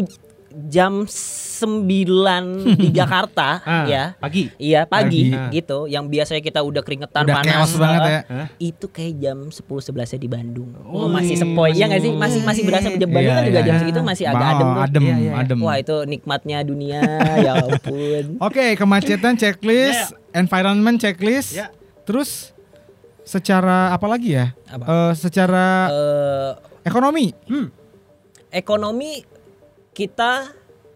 S1: jam 9 di Jakarta
S3: Ah,
S1: ya.
S3: Pagi.
S1: Iya pagi,
S3: Pagi.
S1: gitu. Yang biasanya kita udah keringetan
S2: Ah. Udah
S1: panas
S2: chaos banget ya.
S1: eh, Itu kayak jam 10 11 di Bandung. Oh, masih sepoi. Iya nggak sih? Masih masih berasa
S2: Iya,
S1: jam Bandung kan juga
S2: iya.
S1: jam segitu masih agak
S2: Wow,
S1: adem tuh.
S2: Adem,
S3: Iya, iya, iya.
S2: adem.
S1: Wah itu nikmatnya dunia ya ampun.
S2: Oke, kemacetan checklist, environment checklist.
S3: Ya.
S2: Terus secara apa lagi ya?
S1: Apa?
S2: Eh, secara
S1: Eh,
S2: ekonomi.
S1: ekonomi kita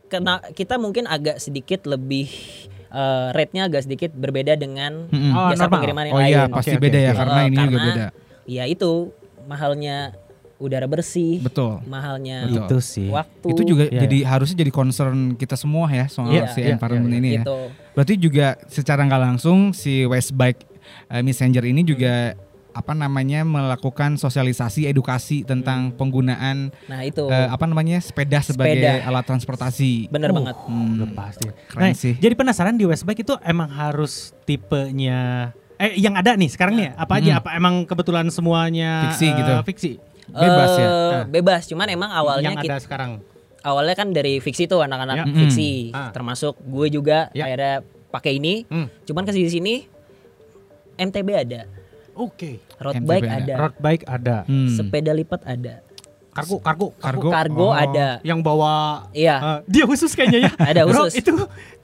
S1: kena kita mungkin agak sedikit lebih eh, rate-nya agak sedikit berbeda dengan
S2: Mm-mm.
S3: Oh,
S1: jasa
S3: normal.
S1: pengiriman yang
S2: Oh
S1: lain.
S2: iya, pasti
S3: Oke, oke,
S2: beda ya
S1: oke.
S2: karena
S1: Eh,
S2: ini juga
S1: karena-
S2: beda.
S1: Ya itu mahalnya udara bersih,
S2: Betul.
S1: mahalnya
S2: Betul.
S3: Itu sih.
S1: waktu.
S2: Itu juga
S3: Iya,
S2: jadi harusnya jadi concern kita semua ya soal
S3: Iya,
S2: si
S3: iya,
S2: environment
S1: gitu.
S2: ini ya. Berarti juga secara nggak langsung si West Bike eh, Messenger ini juga apa namanya melakukan sosialisasi edukasi
S1: Hmm.
S2: tentang penggunaan
S1: Nah itu
S2: eh, apa namanya sepeda sebagai
S1: Sepeda.
S2: alat transportasi.
S1: bener banget.
S2: Hmm.
S3: Udah pasti. Nah,
S2: Keren sih.
S3: Jadi penasaran di Westbike itu emang harus tipenya eh yang ada nih sekarang nih ya, apa aja
S2: Hmm.
S3: apa emang kebetulan semuanya
S2: Fiksi
S3: eh,
S2: gitu.
S3: fiksi
S2: Bebas ya.
S1: Eh,
S3: Ah.
S1: Bebas, cuman emang awalnya
S3: yang
S1: kita
S3: ada sekarang.
S1: awalnya kan dari fiksi tuh anak-anak
S3: Ya.
S1: fiksi Nah.
S2: Hmm.
S3: Mm. Ah.
S1: termasuk gue juga
S3: Ya.
S1: akhirnya pakai ini
S3: Hmm.
S1: cuman ke sini sini MTB ada
S3: Oke.
S1: road
S2: MTB
S1: bike
S2: ada.
S1: ada,
S3: Road bike ada.
S2: Hmm.
S1: sepeda lipat ada
S3: Kargo, kargo,
S2: Kargo.
S1: kargo
S2: Oh.
S1: ada
S3: Yang bawa
S1: iya
S3: eh, dia khusus kayaknya ya.
S1: Ada
S3: Bro,
S1: khusus.
S3: itu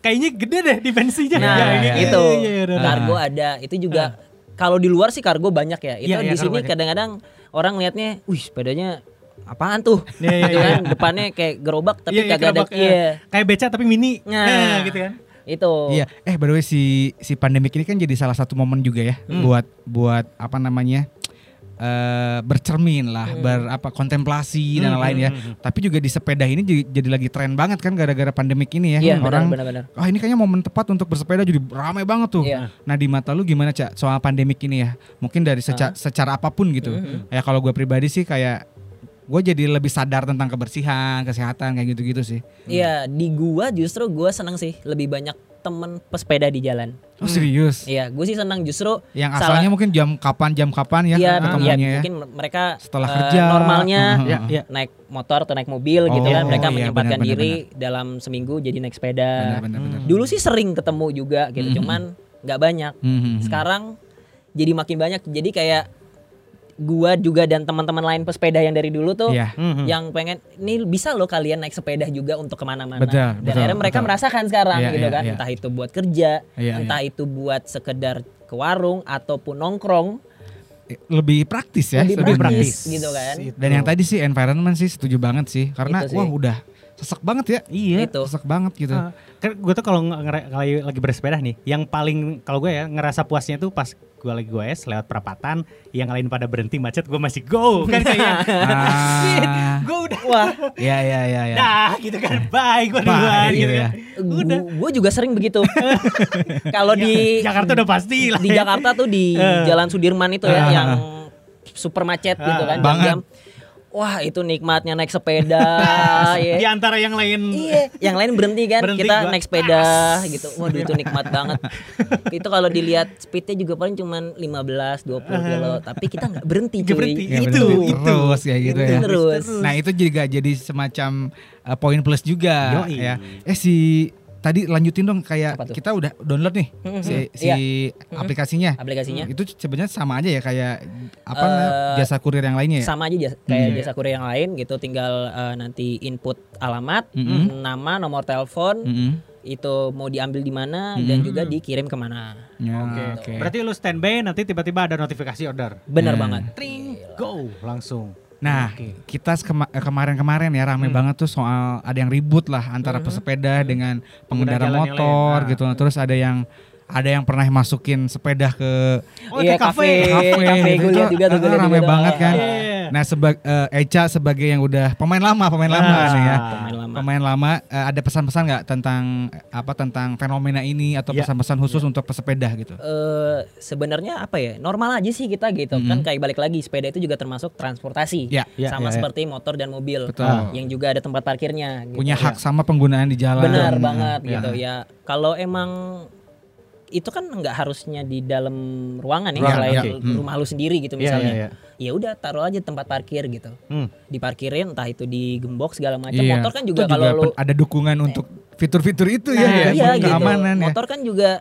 S3: kayaknya gede deh dimensinya.
S1: nah
S3: Ya, ini-
S1: itu
S3: iya, iya, iya, iya.
S1: kargo ada itu juga kalau di luar sih kargo banyak ya itu
S3: Iya, iya,
S1: di sini
S3: kargo banyak.
S1: kadang-kadang orang lihatnya wih sepedanya apaan tuh
S3: Iya, iya,
S1: Gitu
S3: iya.
S1: kan, depannya kayak gerobak tapi
S3: Iya, iya,
S1: kagak ada
S3: gerobak, iya.
S1: iya
S3: Kayak beca tapi mini.
S1: Nah.
S3: Eh, gitu kan.
S1: itu
S2: Iya, eh by the way si si pandemik ini kan jadi salah satu momen juga ya
S1: Hmm.
S2: buat buat apa namanya? eh bercermin lah,
S1: Hmm.
S2: berapa kontemplasi dan lain-lain ya. Tapi juga di sepeda ini jadi, jadi lagi tren banget kan gara-gara pandemik ini ya.
S1: Iya, benar,
S2: Orang
S1: benar, benar.
S2: "Ah, ini kayaknya momen tepat untuk bersepeda jadi ramai banget tuh.
S1: Iya.
S2: Nah, di mata lu gimana, Cak? Soal pandemik ini ya. Mungkin dari
S1: Ah.
S2: seca- secara apapun gitu.
S1: Hmm,
S2: Ya kalau gue pribadi sih kayak gue jadi lebih sadar tentang kebersihan, kesehatan kayak gitu-gitu sih.
S1: Iya, di gua justru gua seneng sih lebih banyak temen pesepeda di jalan.
S2: Oh, serius.
S1: Iya, gua sih senang justru
S2: Yang
S1: Salah.
S2: asalnya mungkin jam kapan jam
S1: Iya,
S2: kapan ya
S1: iya,
S2: ketemunya ya.
S1: mungkin mereka
S2: Setelah
S1: eh,
S2: kerja.
S1: normalnya
S2: Heeh.
S3: Iya, iya.
S1: naik motor atau naik mobil gitu
S2: Oh,
S1: kan mereka
S2: iya,
S1: menyempatkan
S2: benar, benar,
S1: diri dalam seminggu jadi naik
S2: Benar
S1: sepeda.
S2: benar benar.
S1: Dulu sih sering ketemu juga gitu,
S2: Mhm.
S1: cuman nggak banyak.
S2: Mhm.
S1: Sekarang jadi makin banyak. Jadi kayak gua juga dan teman-teman lain pesepeda yang dari dulu tuh
S2: Iya.
S3: Mhm.
S1: yang pengen ini bisa loh kalian naik sepeda juga untuk kemana-mana dan
S2: Betul, betul,
S1: akhirnya mereka
S2: betul.
S1: merasakan sekarang
S2: Iya,
S1: gitu
S2: iya,
S1: kan
S2: iya.
S1: entah itu buat kerja
S2: Iya,
S1: entah itu buat sekedar ke warung ataupun nongkrong
S2: Lebih praktis ya.
S1: Lebih
S2: sebenarnya.
S1: praktis. gitu kan.
S2: Dan yang tadi sih environment sih setuju banget sih karena
S1: Itu Gitu sih.
S2: wah udah sesek banget ya.
S3: iya.
S1: Itu.
S2: Sesek banget gitu.
S3: Ah, Kan gue tuh kalau ngera- kalau lagi bersepeda nih, yang paling kalau gue ya ngerasa puasnya tuh pas gue lagi gue es lewat perapatan, yang lain pada berhenti macet, gue masih go kan kayaknya. Shit,
S2: Ah.
S3: gue udah
S1: wah
S2: Iya iya iya iya.
S1: Nah.
S3: dah gitu kan, bye
S2: Bye,
S3: gue duluan
S2: gitu
S3: gitu
S2: ya.
S3: kan. Udah.
S1: gue juga sering begitu
S2: Iya,
S1: kalau di
S3: Jakarta udah pasti lah.
S1: di
S3: ya.
S1: Jakarta tuh di
S3: Eh.
S1: Jalan Sudirman itu ya
S2: Ah.
S1: yang super macet gitu kan jam-jam
S2: Banget.
S1: Wah itu nikmatnya naik sepeda ya.
S3: Di antara yang lain
S1: Iya, yang lain berhenti kan,
S3: Berhenti
S1: kita
S3: gua.
S1: naik sepeda gitu. Waduh itu nikmat banget. itu kalau dilihat speednya juga paling cuman 15 20 kilo, tapi kita nggak berhenti
S3: Eh. Nggak
S1: cuy.
S3: berhenti.
S2: Ya,
S3: Itu,
S2: berarti
S3: itu.
S2: terus kayak gitu
S1: Itu
S2: ya.
S1: terus.
S2: Nah itu juga jadi semacam uh, poin plus juga
S3: Yoi.
S2: ya. Eh si tadi lanjutin dong kayak
S1: Apa tuh?
S2: kita udah download nih
S1: Mhm,
S2: si, si
S1: iya.
S2: aplikasinya.
S1: Aplikasinya.
S3: Iya.
S2: Itu sebenarnya sama aja ya kayak apa
S1: Eh,
S2: jasa kurir yang
S3: Iya.
S2: lainnya ya.
S1: Sama aja jas- kayak jasa kurir yang lain gitu, tinggal eh, nanti input alamat,
S2: Mm-mm.
S1: nama, nomor telepon,
S3: Mm.
S2: Mm-mm.
S1: itu mau diambil di mana dan juga dikirim kemana.
S2: Ya,
S3: Oke.
S2: oke.
S3: Berarti lu standby nanti tiba-tiba ada notifikasi order.
S1: Bener
S2: Hmm.
S1: banget.
S3: Tring, go langsung.
S2: Nah,
S3: Oke. Hmm.
S2: kita sekema- eh, kemarin-kemarin ya rame banget tuh soal ada yang ribut lah antara pesepeda dengan pengendara
S3: jalan yang lain.
S2: motor
S3: Nah.
S2: gitu. Terus ada yang ada yang pernah masukin sepeda ke
S1: Iya,
S3: ke kafe. ya,
S1: kafe.
S2: kafe,
S1: kafe,
S2: gitu.
S1: gua liat juga tuh, gua
S2: Ah,
S1: liat
S2: rame
S1: juga tuh.
S2: banget kan.
S3: Iya.
S2: Nah, seba- eh, Eca sebagai yang udah pemain lama, pemain lama
S3: Ah.
S2: nih ya.
S1: Pemain lama.
S2: Pemain lama eh, ada pesan-pesan nggak tentang eh, apa tentang fenomena ini atau
S3: Ya.
S2: pesan-pesan khusus untuk pesepeda gitu?
S1: eh sebenarnya apa ya normal aja sih kita gitu kan kayak balik lagi sepeda itu juga termasuk transportasi
S2: Hmm. Ya,
S3: ya,
S1: sama
S3: ya, ya.
S1: seperti motor dan mobil
S2: Betul.
S1: Ah. yang juga ada tempat parkirnya
S3: Iya.
S1: gitu.
S2: Punya hak sama penggunaan di jalan.
S1: benar
S2: Nah,
S1: banget
S2: ya.
S1: gitu ya kalau emang itu kan nggak harusnya di dalam ruangan ya
S2: Ruangan,
S1: selain
S2: ya. Hmm.
S1: rumah lu sendiri gitu
S3: Iya,
S1: misalnya
S3: iya,
S1: ya udah taruh aja tempat parkir gitu
S3: Hmm.
S1: diparkirin entah itu digembok segala macam
S2: Iya.
S1: motor kan
S2: Itu
S1: juga kalau lu
S2: pen- ada dukungan untuk fitur-fitur itu ya,
S1: Nah,
S2: ya,
S1: iya
S2: untuk
S1: gitu.
S2: keamanan ya.
S1: Motor kan juga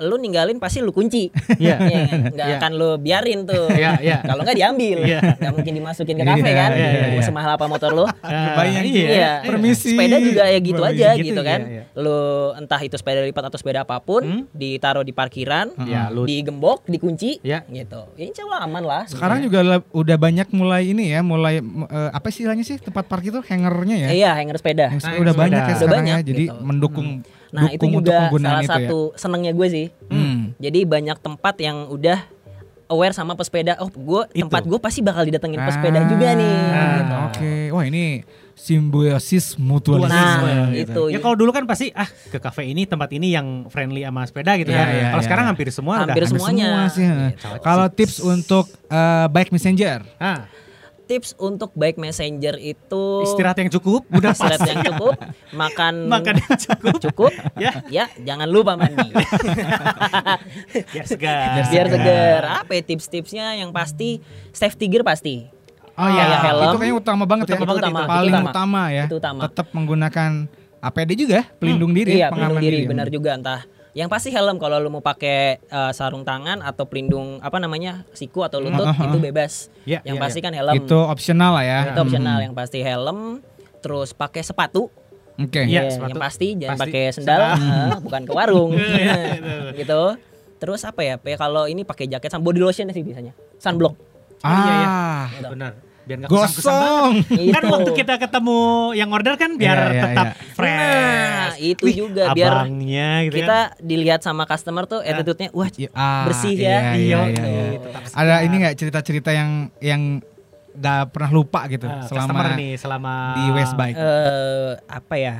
S1: lu ninggalin pasti lu kunci.
S3: Iya.
S1: Iya, nggak
S3: Iya.
S1: akan lu biarin tuh.
S3: Iya, iya.
S1: Kalau nggak diambil,
S3: Iya.
S1: nggak mungkin dimasukin ke kafe
S2: Iya,
S1: kan.
S2: iya,
S3: iya.
S1: Mau Semahal apa motor lu?
S2: Kebayang.
S3: Iya.
S1: Iya.
S2: ya, Permisi.
S1: Sepeda juga ya gitu
S2: Permisi.
S1: aja
S3: Gitu,
S1: gitu, kan.
S3: iya, Hmm?
S1: Lu entah itu sepeda lipat atau sepeda apapun, ditaruh di parkiran,
S3: Ya, lu-
S1: digembok, dikunci,
S3: Iya.
S1: gitu. Ya, insya Allah aman lah.
S2: Sekarang juga la- udah banyak mulai ini ya, mulai m- eh, apa sih istilahnya sih tempat parkir tuh hangernya ya.
S1: Eh, Iya, hanger sepeda.
S2: Yang se-
S3: Hanger
S2: udah
S3: sepeda.
S2: banyak ya
S3: Udah
S2: sekarang
S1: banyak
S2: ya, jadi
S1: gitu.
S2: mendukung
S1: Nah, itu
S2: dukung untuk
S1: juga
S2: penggunaan
S1: salah
S2: itu ya.
S1: satu senengnya gue sih.
S2: Hmm.
S1: Jadi banyak tempat yang udah aware sama pesepeda. Oh, gue
S3: Itu.
S1: tempat gue pasti bakal didatengin pesepeda
S2: Ah,
S1: juga nih. gitu.
S2: Oke, wah ini simbiosis mutualisme.
S1: Nah,
S2: gitu.
S1: itu.
S3: Ya kalau dulu kan pasti ah ke kafe ini tempat ini yang friendly sama sepeda gitu
S2: Iya,
S3: kan.
S2: iya,
S3: kalau
S2: iya.
S3: sekarang hampir semua
S1: Hampir
S3: udah.
S1: semua. semuanya.
S2: Semua sih. ya.
S1: Gitu.
S2: Kalau tips untuk eh, bike messenger,
S3: Ah,
S1: Tips untuk bike messenger itu
S3: istirahat yang cukup, udah pas.
S1: istirahat yang cukup, makan
S3: Makan yang cukup.
S1: cukup,
S3: Ya.
S1: ya. jangan lupa mandi.
S3: Biar segar.
S1: Biar seger. Apa ya tips-tipsnya yang pasti safety gear pasti.
S2: oh
S1: iya, iya, helm.
S2: itu kayaknya utama banget ya.
S1: Utama banget itu, itu
S2: Paling
S1: utama.
S2: utama, ya.
S1: Itu utama.
S2: Tetap menggunakan APD juga, pelindung diri,
S1: iya,
S2: pengaman
S1: pelindung diri,
S2: diri.
S1: benar juga entah. Yang pasti helm kalau lu mau pakai eh, sarung tangan atau pelindung apa namanya? siku atau lutut
S2: Ah, ah, ah.
S1: itu bebas. yang
S3: Iya, iya, kan. Hmm.
S1: pasti kan helm.
S2: Itu opsional lah ya.
S1: Itu opsional yang pasti helm, terus pakai sepatu.
S2: Hmm, Oke.
S3: Iya,
S1: Iya,
S3: sepatu.
S1: yang pasti jangan
S3: Pasti. Hmm.
S1: pakai
S3: Iya,
S1: sendal, eh, bukan ke warung. gitu. Terus apa ya? Pe- Kalau ini pakai jaket sama body lotion sih biasanya. Sunblock.
S2: Ah,
S1: Oh,
S3: Iya, iya. Benar. Biar nggak kusam-kusam banget.
S2: gosong.
S3: Kan
S1: Itu.
S3: waktu kita ketemu yang order kan biar
S2: Iya, iya,
S3: tetap
S2: iya.
S3: fresh.
S1: Nah, itu
S3: Wih,
S1: juga biar
S3: abangnya gitu
S1: kita
S3: kan.
S1: dilihat sama customer tuh attitude-nya wah
S2: Iya, ah,
S1: bersih ya.
S2: Iya, iya,
S3: Iya,
S2: iya,
S3: iya.
S2: iya. Ada ini nggak cerita-cerita yang yang gak pernah lupa gitu
S3: Ah, customer
S2: selama
S3: nih selama
S2: di West Bike.
S1: eh apa ya?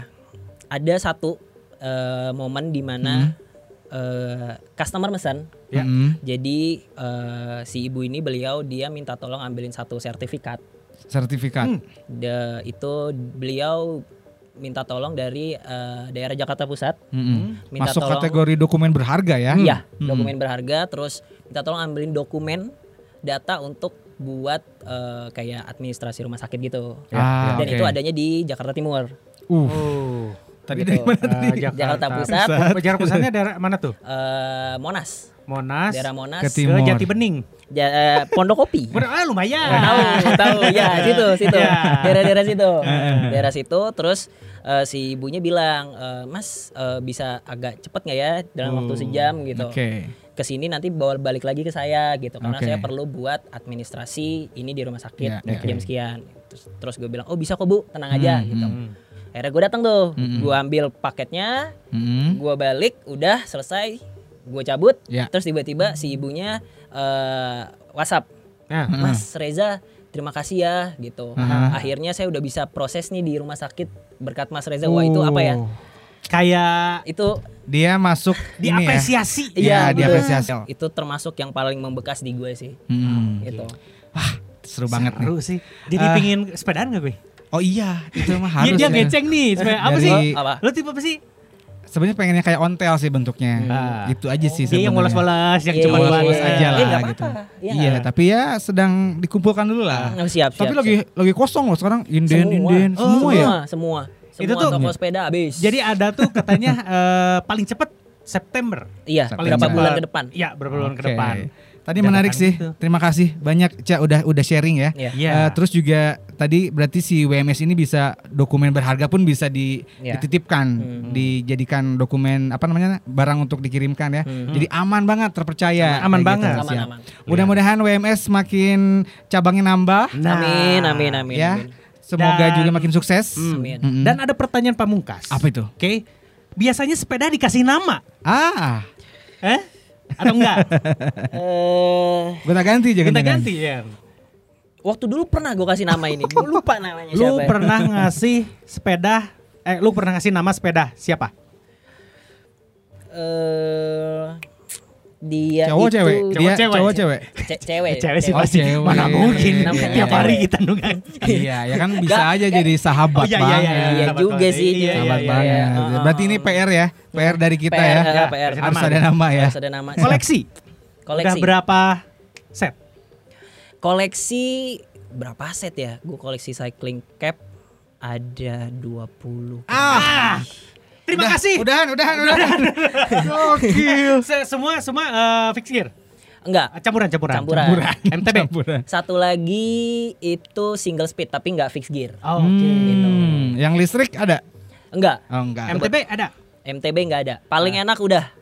S1: Ada satu eh, momen di
S2: Hmm.
S1: mana eh, customer pesan.
S3: Ya.
S2: Mm,
S1: Jadi eh, si ibu ini beliau dia minta tolong ambilin satu sertifikat.
S2: sertifikat.
S1: Hmm. De, itu beliau minta tolong dari eh, daerah Jakarta Pusat.
S2: Mm-mm.
S1: Hmm. Minta
S2: Masuk
S1: tolong.
S2: kategori dokumen berharga ya.
S1: Iya,
S2: Mm.
S1: dokumen berharga. Terus minta tolong ambilin dokumen data untuk buat eh, kayak administrasi rumah sakit gitu.
S2: Ah,
S1: Dan
S2: oke.
S1: itu adanya di Jakarta Timur,
S2: Uh,
S3: Oh.
S2: tadi dari mana tadi?
S3: Eh,
S1: Jakarta Pusat.
S3: Jakarta Pusatnya daerah mana tuh?
S1: eh, Monas,
S3: Monas.
S1: daerah Monas,
S2: Ke
S3: Ke
S2: Timur.
S3: Jati Bening.
S1: Ja- eh, Pondok Kopi.
S3: Bener, ah lumayan.
S1: tahu tahu ya situ situ
S3: Ya.
S1: daerah-daerah situ
S2: Eh,
S1: daerah situ terus eh, si ibunya bilang eh, mas eh, bisa agak cepet nggak ya dalam waktu sejam gitu
S2: Hmm, Oke.
S1: ke sini nanti bawa balik lagi ke saya gitu karena
S2: Oke.
S1: saya perlu buat administrasi ini di rumah sakit
S2: Ya, ya. Hmm,
S1: jam sekian terus, terus gue bilang oh bisa kok bu tenang aja gitu
S3: Hmm.
S1: akhirnya gue datang tuh gue ambil paketnya
S2: Mm-mm.
S1: gue balik udah selesai gue cabut
S2: Ya.
S1: terus tiba-tiba si ibunya eh, WhatsApp
S3: Nah,
S1: Mas Reza terima kasih ya gitu akhirnya saya udah bisa proses nih di rumah sakit berkat Mas Reza wah itu apa
S2: Oh.
S1: ya
S3: Oh. kayak
S1: itu
S2: Dia masuk ini ya.
S3: diapresiasi.
S2: Iya,
S1: Iya, betul.
S2: diapresiasi.
S1: itu termasuk yang paling membekas di gue sih
S2: Mm.
S1: gitu
S2: Wah, seru banget nih.
S3: Seru sih. Jadi
S2: Ah.
S3: pingin sepedaan gak gue?
S2: Oh iya, itu mah
S3: Dia,
S2: harus.
S3: dia
S2: ya. Iya,
S3: ngeceng nih. Sepeda. Apa
S2: Dari-
S3: sih?
S1: Apa?
S3: Lo tipe apa sih?
S2: Sebenarnya pengennya kayak ontel sih bentuknya.
S3: Ah.
S2: Gitu aja sih
S3: Dia yang
S2: sebenarnya.
S3: bolos-bolos, yang
S1: Iya,
S3: cuma
S1: iya,
S3: buat-
S2: bolos-bolos aja
S1: Iya,
S2: lah
S1: nggak
S2: gitu.
S1: apa-apa. Iya,
S2: Iya,
S1: nggak
S2: tapi ya sedang dikumpulkan dulu lah.
S1: Oh, siap, siap,
S2: tapi lagi lagi kosong loh sekarang inden inden
S1: Oh,
S2: semua ya.
S1: semua semua
S3: Itu tuh-
S1: toko sepeda habis
S3: Jadi ada tuh katanya eh, paling cepet September.
S1: iya
S2: paling
S1: berapa
S2: cepat.
S1: bulan ke depan
S3: Iya, berapa bulan ke
S2: Oke.
S3: depan.
S2: Tadi
S3: Dan
S2: menarik
S3: akan
S2: sih.
S3: gitu.
S2: Terima kasih banyak Ca udah udah sharing ya.
S1: Iya.
S3: Iya.
S2: Eh, terus juga tadi berarti si WMS ini bisa dokumen berharga pun bisa di-
S1: Iya.
S2: dititipkan, dijadikan dokumen apa namanya barang untuk dikirimkan ya. Jadi aman banget, terpercaya. Kayak
S3: Aman, aman
S2: gitu.
S3: banget.
S1: Aman,
S2: Siap.
S1: aman.
S2: Mudah-mudahan WMS makin cabangnya nambah
S1: Nah, amin amin amin
S2: ya.
S1: amin.
S2: Semoga
S3: Dan-
S2: juga makin sukses.
S1: Amin.
S2: Mm-mm.
S3: Dan ada pertanyaan pamungkas.
S2: Apa itu?
S3: Oke. Biasanya sepeda dikasih nama,
S2: Ah,
S3: eh? Atau enggak?
S1: Eh,
S2: gonta ganti jangan
S3: Kita ganti ya.
S1: waktu dulu pernah gue kasih nama ini gue lupa namanya
S3: Lu
S1: siapa ya.
S3: pernah ngasih sepeda eh lu pernah ngasih nama sepeda siapa?
S1: eh dia Ya,
S2: Cowok
S1: itu
S2: cewek, dia
S3: Cowok-cewek.
S2: cowok cewek.
S1: Ce- Eh, cewek
S3: Eh, Cewek sih
S2: Oh,
S3: pasti.
S2: cewek.
S3: Mana mungkin
S1: Namanya
S3: tiap
S1: cewek.
S3: hari kita nunggu.
S2: iya, ya kan bisa aja jadi sahabat banget.
S1: iya.
S3: Sahabat
S1: juga
S3: banget.
S1: sih,
S3: Iya,
S1: iya,
S2: sahabat
S3: iya, iya.
S2: banget.
S1: iya.
S2: Berarti ini PR ya, PR dari kita
S1: PR,
S2: ya.
S1: eh, PR.
S2: Harus ada nama ya.
S1: Harus ada nama
S3: Koleksi. Udah
S1: koleksi
S3: berapa set?
S1: koleksi berapa set ya gue koleksi cycling cap ada 20
S2: Ah,
S3: Terima
S2: udah,
S3: kasih.
S2: Udahan, udahan, udahan. Gokil.
S3: Se- semua semua eh, fixed gear. Eh,
S1: enggak
S3: Campuran campuran.
S1: Campuran.
S3: MTB.
S2: Campuran.
S1: satu lagi itu single speed tapi enggak fixed gear
S3: Oh, Oke.
S1: gitu.
S2: Hmm, yang listrik ada?
S1: enggak
S2: Oh, enggak.
S3: MTB ada.
S1: MTB enggak ada paling enak udah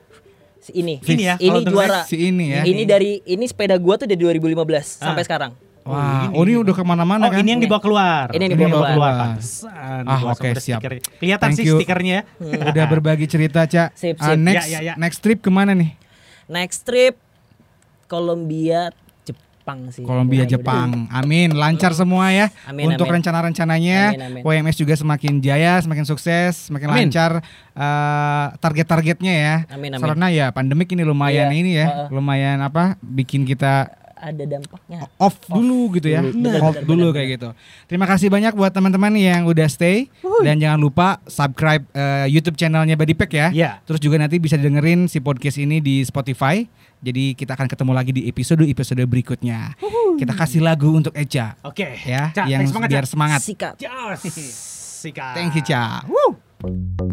S1: Si- ini
S3: Ini ya,
S1: ini
S3: kalau dengan
S1: juara
S2: Si ini ya. Ah.
S1: ini dari ini sepeda gua tuh dari 2015 sampai sekarang
S2: Wah, oh ini udah kemana-mana
S3: Oh,
S2: kan?
S3: ini yang dibawa keluar.
S1: Ini yang
S2: dibawa keluar.
S3: Pantesan,
S2: Ah,
S3: dibawa
S2: oke,
S3: sama ada
S2: siap.
S3: stikernya. Kelihatan
S2: Thank
S3: sih
S2: you.
S3: stikernya.
S2: udah berbagi cerita,
S1: Hmm.
S2: Cak.
S1: Sip, Iya,
S2: Ah,
S1: sip.
S2: next,
S3: Ya, ya, ya.
S2: next trip kemana nih?
S1: Next trip Kolombia, Jepang sih.
S2: Kolombia,
S1: Mudah-mudahan.
S2: Jepang. Amin, lancar semua ya.
S1: Amin,
S2: Untuk
S1: amin.
S2: rencana-rencananya,
S1: Amin, amin.
S2: WMS juga semakin jaya, semakin sukses, semakin
S3: Amin.
S2: lancar eh, target-targetnya ya.
S1: Amin, amin.
S2: Karena ya pandemik ini lumayan
S1: Iya,
S2: ini ya,
S1: heeh.
S2: lumayan apa? Bikin kita
S1: Ada dampaknya.
S2: off, dulu gitu ya,
S1: dulu, benar,
S2: hold
S1: benar,
S2: dulu
S1: benar,
S2: kayak gitu. Terima kasih banyak buat teman-teman yang udah stay dan jangan lupa subscribe eh, YouTube channelnya Badipack ya.
S3: Iya.
S2: Terus juga nanti bisa dengerin si podcast ini di Spotify. Jadi kita akan ketemu lagi di episode episode berikutnya. Kita kasih lagu untuk Eca
S3: Oke.
S2: ya,
S3: Cak,
S2: yang
S3: thanks banget,
S2: biar
S3: Cak.
S2: semangat.
S1: Sikat.
S3: Jos. Sikat.
S2: Thank you Eca.
S3: Woo.